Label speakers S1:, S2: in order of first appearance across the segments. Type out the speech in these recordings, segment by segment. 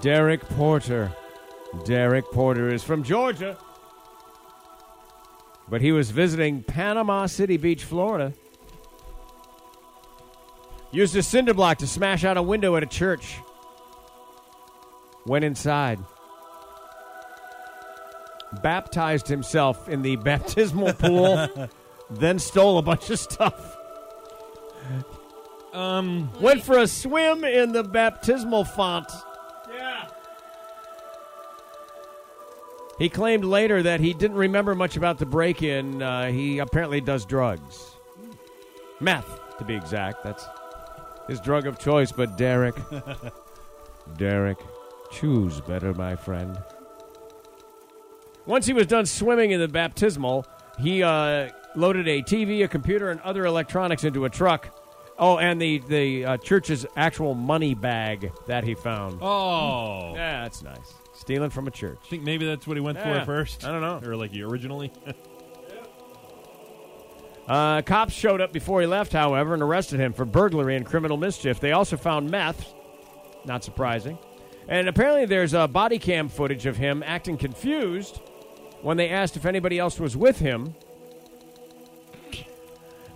S1: Derek Porter. Derek Porter is from Georgia. But he was visiting Panama City Beach, Florida. Used a cinder block to smash out a window at a church went inside, baptized himself in the baptismal pool, then stole a bunch of stuff. Um, went for a swim in the baptismal font. Yeah. He claimed later that he didn't remember much about the break-in. Uh, he apparently does drugs, meth to be exact. That's his drug of choice. But Derek, Derek, choose better, my friend. Once he was done swimming in the baptismal, he uh, loaded a TV, a computer, and other electronics into a truck. Oh, and the the uh, church's actual money bag that he found.
S2: Oh.
S1: Yeah, that's nice. Stealing from a church.
S2: I think maybe that's what he went
S1: Yeah.
S2: for first.
S1: I don't know.
S2: Or like he originally.
S1: Uh, cops showed up before he left, however, and arrested him for burglary and criminal mischief. They also found meth. Not surprising. And apparently, there's uh, body cam footage of him acting confused when they asked if anybody else was with him.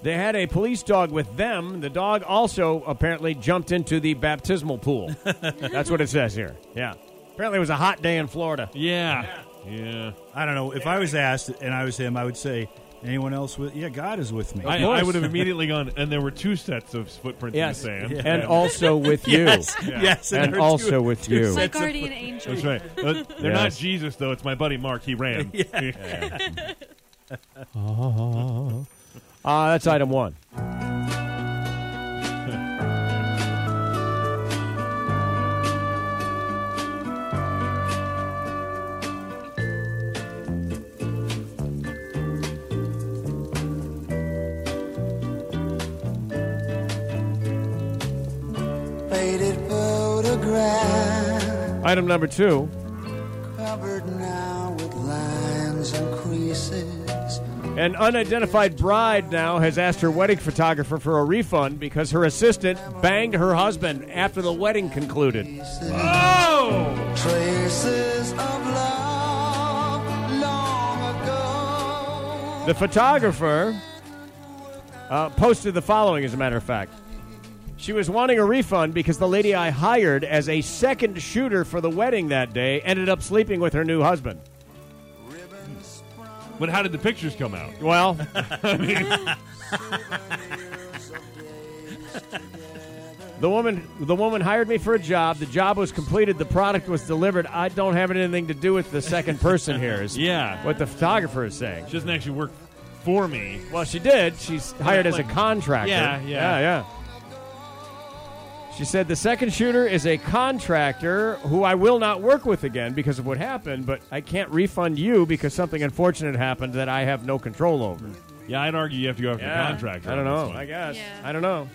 S1: They had a police dog with them. The dog also apparently jumped into the baptismal pool. That's what it says here. Yeah. Apparently, it was a hot day in Florida.
S2: yeah. Yeah.
S3: I don't know. If I was asked and I was him, I would say, anyone else with? Yeah, God is with me.
S2: I,
S1: course.
S2: I would have immediately gone, and there were two sets of footprints
S1: Yes.
S2: in the sand.
S1: And also with you.
S3: Yes,
S1: And
S3: there are
S1: also
S3: two-
S1: with
S3: two
S1: you.
S3: sets
S1: My
S3: of-
S4: angel.
S2: That's right. Uh, they're not
S1: Yes.
S2: Jesus, though. It's my buddy Mark. He ran.
S1: Uh, that's item one. Item number two. An unidentified bride now has asked her wedding photographer for a refund because her assistant banged her husband after the wedding concluded. Oh! The photographer uh, posted the following, as a matter of fact. She was wanting a refund because the lady I hired as a second shooter for the wedding that day ended up sleeping with her new husband.
S2: But how did the pictures come out?
S1: Well, the woman the woman hired me for a job. The job was completed. The product was delivered. I don't have anything to do with the second person here. Is
S2: Yeah.
S1: what the photographer is saying.
S2: She doesn't actually work for me.
S1: Well, she did. She's hired as a
S2: like-
S1: contractor.
S2: Yeah, yeah.
S1: yeah, yeah. She said the second shooter is a contractor who I will not work with again because of what happened, but I can't refund you because something unfortunate happened that I have no control over.
S2: Yeah, I'd argue you have to go after
S1: Yeah.
S2: the contractor.
S1: I
S2: on
S1: don't
S2: this
S1: know.
S2: one.
S1: I guess.
S4: Yeah.
S1: I don't know.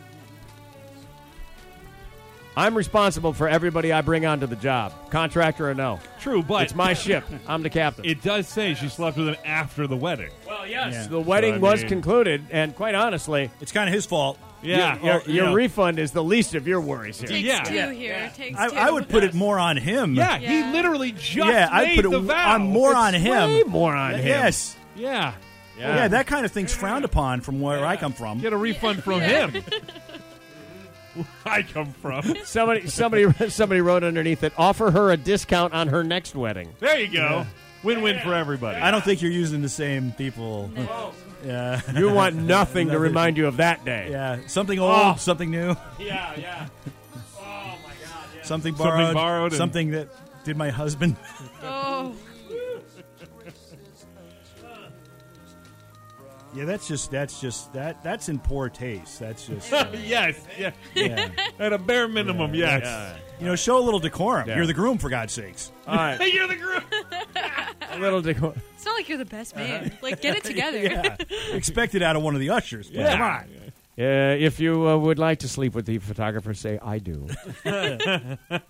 S1: I'm responsible for everybody I bring onto the job, contractor or no.
S2: True, but
S1: It's my ship. I'm the captain.
S2: It does say she slept with him after the wedding.
S1: well, yes.
S3: Yeah.
S1: The wedding
S2: So, I
S1: was
S2: mean-
S1: concluded, and quite honestly,
S3: It's kind of his fault.
S2: Yeah.
S1: your,
S3: Well, you
S1: your
S3: know,
S1: refund is the least of your worries here.
S4: Takes
S2: Yeah.
S4: two
S2: Yeah.
S4: here. Takes
S3: I,
S4: two.
S3: I would put it more on him.
S2: Yeah,
S4: Yeah.
S2: he literally just
S3: yeah. I
S2: made
S3: put it
S2: the
S3: w-
S2: vow.
S3: on more on
S1: It's
S3: him.
S1: Way more on him.
S3: yes.
S2: Yeah.
S3: Yeah. that kind of thing's frowned upon from where I come from.
S2: Get a refund from him. Where I come from.
S1: Somebody, somebody, somebody wrote underneath it. Offer her a discount on her next wedding.
S2: There you go. Win-win for everybody.
S3: I don't think you're using the same people. Yeah,
S1: You want nothing to remind you of that day.
S3: yeah. Something old,
S2: Oh.
S3: something new,
S2: Yeah, yeah. Oh my god. Yeah.
S3: something
S2: Something
S3: borrowed,
S2: borrowed and-
S3: something that did my husband.
S4: Oh,
S3: Yeah, that's just that's just that that's in poor taste. That's just uh,
S2: yes, yeah.
S3: yeah.
S2: At a bare minimum, yes.
S3: You know, show a little decorum.
S1: Yeah.
S3: You're the groom, for God's sakes.
S1: All right,
S2: Hey, you're the group.
S1: a little decor.
S4: It's not like you're the best man. Like, get it together.
S3: Yeah, expect it out of one of the ushers. but
S1: Yeah.
S3: Come on.
S1: Uh, if you uh, would like to sleep with the photographer, say I do.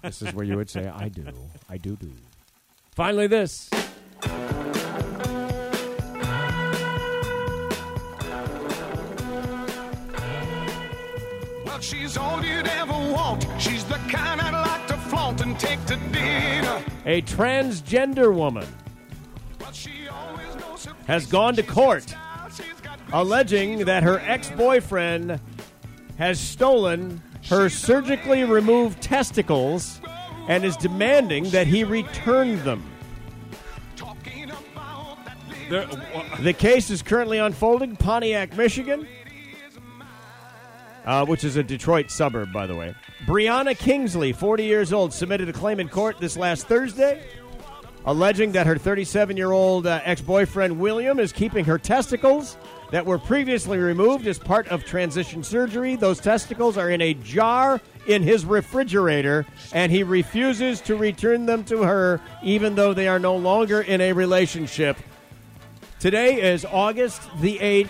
S1: this is where you would say I do. I do do. Finally, this.
S5: Well, she's all you'd ever want. She's the kind I'd like to flaunt and take to dinner.
S1: A transgender woman
S5: Well, she always knows her
S1: Has
S5: place
S1: gone
S5: and
S1: to
S5: she's
S1: court,
S5: got style. She's got grace and
S1: alleging
S5: she's
S1: that her
S5: a
S1: ex
S5: winner.
S1: boyfriend has stolen her surgically removed testicles and is demanding that he return them.
S5: Talking about that little
S2: There- wha-
S1: The case is currently unfolding, Pontiac, Michigan, uh, which is a Detroit suburb, by the way. Brianna Kingsley, 40 years old, submitted a claim in court this last Thursday, alleging that her 37 year old uh, ex boyfriend William is keeping her testicles that were previously removed as part of transition surgery. Those testicles are in a jar in his refrigerator, and he refuses to return them to her, even though they are no longer in a relationship. Today is August the 8th,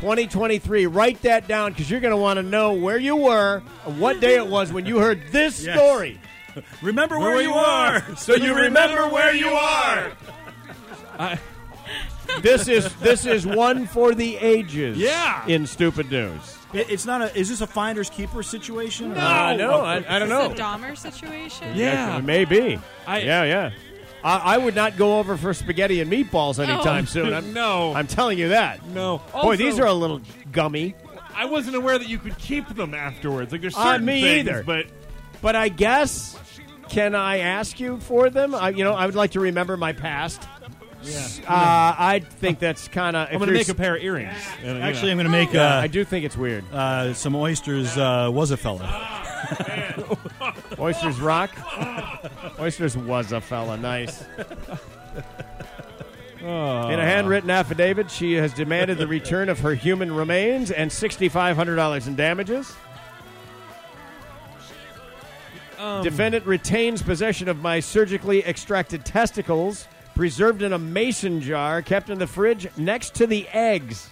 S1: 2023. Write that down because you're going to want to know where you were and what day it was when you heard this
S3: Yes.
S1: story.
S3: Remember where, you are, so you remember where you are.
S1: This is this is one for the ages.
S2: Yeah.
S1: In stupid news.
S3: It- it's not a. Is this a finder's keeper situation?
S1: I know. Ah, I, I don't know.
S4: It's a Dahmer situation.
S2: yeah.
S1: Maybe.
S2: I-
S1: yeah, yeah. I, I would not go over for spaghetti and meatballs anytime
S4: Oh.
S1: soon. I'm,
S2: No.
S1: I'm telling you that.
S2: No.
S1: Boy,
S2: Also-
S1: these are a little gummy.
S2: I wasn't aware that you could keep them afterwards. Like there's
S1: Uh,
S2: certain
S1: me
S2: things,
S1: either.
S2: but
S1: But I guess can I ask you for them? I, you know, I would like to remember my past. Yeah. Uh, I think that's kind of.
S2: I'm gonna make a pair of earrings. And, you
S3: Actually, I'm
S2: know.
S3: going to make
S1: I
S3: uh,
S1: do think it's weird.
S3: uh, some oysters. Uh, was a fella.
S1: Oysters rock. Oysters was a fella. Nice. In a handwritten affidavit, she has demanded the return of her human remains and $6,500 in damages. Defendant retains possession of my surgically extracted testicles, preserved in a mason jar, kept in the fridge next to the eggs.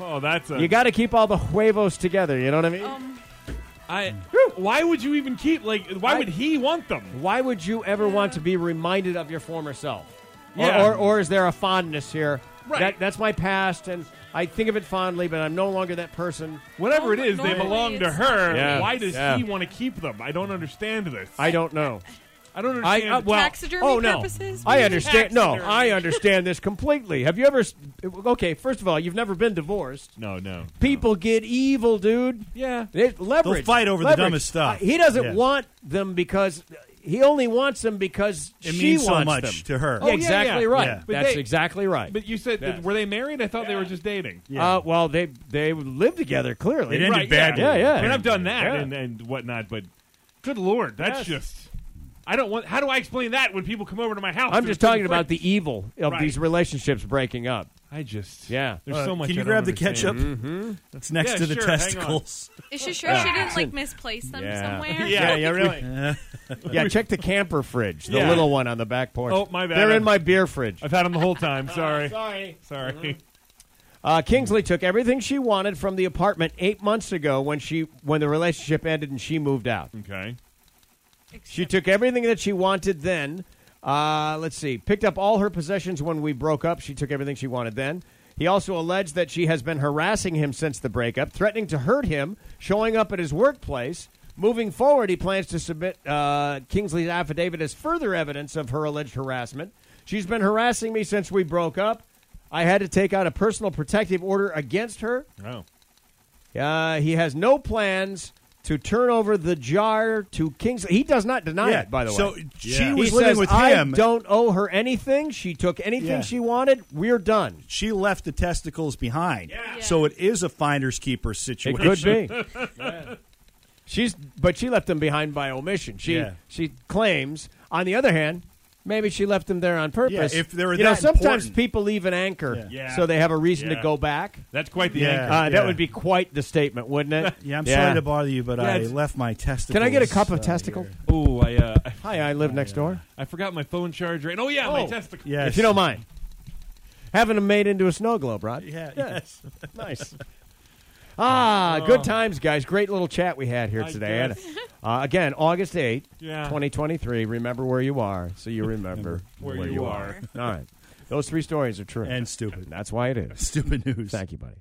S2: oh, that's a.
S1: You got to keep all the huevos together, you know what I mean?
S2: I. Why would you even keep? Like, why
S1: I-
S2: would he want them?
S1: Why would you ever want to be reminded of your former self? Or-
S2: Yeah.
S1: Or, or, is there a fondness here?
S2: Right.
S1: That, that's my past, and I think of it fondly, but I'm no longer that person.
S2: Whatever it is, they
S4: Normally
S2: belong to
S4: it's-
S2: her.
S1: Yeah,
S2: Why does
S1: yeah.
S2: he want to keep them? I don't understand this.
S1: I don't know.
S2: I don't
S1: I
S2: understand.
S1: uh, well,
S4: Taxidermy
S1: oh no,
S4: purposes,
S1: I
S4: maybe?
S1: understand. No,
S2: Taxidermy.
S1: I understand this completely. Have you ever? s- Okay, first of all, you've never been divorced.
S2: no, no.
S1: People get evil, dude.
S2: Yeah.
S1: They, leverage.
S3: fight over the
S1: leverage.
S3: dumbest stuff.
S1: Uh, he doesn't
S3: Yeah.
S1: want them because he only wants them because
S3: It
S1: she
S3: means so
S1: wants
S3: much
S1: them.
S3: to her.
S1: Yeah,
S2: Oh, yeah,
S1: exactly
S2: yeah.
S1: right.
S3: Yeah.
S2: But
S1: That's
S2: they-
S1: exactly right.
S2: But you said
S1: Yeah.
S2: were they married? I thought they were just dating.
S1: Uh, well, they they live together clearly.
S3: It ended
S2: Right,
S3: badly.
S1: Yeah, yeah.
S2: I mean, I've done that
S1: Yeah.
S2: and, uh, and whatnot, but good lord, that's
S1: Yes.
S2: just. I don't want. How do I explain that when people come over to my house?
S1: I'm
S2: to
S1: just
S2: sit in
S1: talking about
S2: fridge?
S1: the evil of
S2: Right.
S1: these relationships breaking up.
S2: I just.
S1: Yeah.
S2: There's
S3: Uh,
S2: so much.
S3: Can
S2: I
S3: you
S2: don't
S3: grab the ketchup?
S2: understand.
S3: That's next
S2: Yeah,
S3: to the
S2: sure, hang on.
S3: testicles.
S4: Is she sure she didn't, like, misplace them somewhere?
S1: yeah, yeah, really. yeah, check the camper fridge, the
S2: Yeah.
S1: little one on the back porch.
S2: Oh, my bad.
S1: They're in my beer fridge.
S2: I've had them the whole time. Sorry.
S1: Sorry.
S2: Sorry.
S1: Uh, Kingsley took everything she wanted from the apartment eight months ago when she when the relationship ended and she moved out.
S2: Okay.
S1: She took everything that she wanted then. Uh, let's see. Picked up all her possessions when we broke up. She took everything she wanted then. He also alleged that she has been harassing him since the breakup, threatening to hurt him, showing up at his workplace. Moving forward, he plans to submit uh, Kingsley's affidavit as further evidence of her alleged harassment. She's been harassing me since we broke up. I had to take out a personal protective order against her.
S2: Oh.
S1: Uh, he has no plans to turn over the jar to Kingsley. He does not deny it, by the
S3: So
S1: way.
S3: she
S2: Yeah.
S3: was
S1: he
S3: living
S1: says,
S3: with
S1: I
S3: him.
S1: don't owe her anything. She took anything
S3: Yeah.
S1: she wanted. We're done.
S3: She left the testicles behind.
S4: Yeah.
S3: So it is a finder's keeper
S1: It
S3: situation.
S1: could be. She's, but she left them behind by omission. She
S3: Yeah.
S1: she claims. On the other hand, Maybe she left them there on purpose.
S2: if they were
S1: you know,
S2: that
S1: sometimes
S2: important.
S1: people leave an anchor,
S2: Yeah. Yeah.
S1: so they have a reason to
S2: Yeah.
S1: go back.
S2: That's quite the
S3: Yeah.
S2: anchor.
S1: Uh,
S3: Yeah.
S1: That would be quite the statement, wouldn't it?
S3: Yeah, I'm sorry to bother you, but
S2: Yeah,
S3: I
S2: it's-
S3: left my testicles.
S1: Can I get a cup of
S3: uh,
S1: testicle?
S3: here.
S2: Oh, I uh,
S1: Hi, I live next door.
S2: I forgot my phone charger. And oh yeah, my
S1: Oh.
S2: testicle.
S3: Oh, Yes.
S1: If you don't mind, having them made into a snow globe, Rod.
S3: Yeah,
S1: Yeah.
S3: yes.
S1: nice. Ah, good times, guys. Great little chat we had here
S2: Oh. I
S1: today. And,
S2: guess.
S1: uh, again, August 8th,
S2: Yeah.
S1: 2023. Remember where you are, so you remember
S2: Where you are.
S1: All right. Those three stories are true.
S3: And stupid.
S1: That's why it is.
S3: Stupid news.
S1: Thank you, buddy.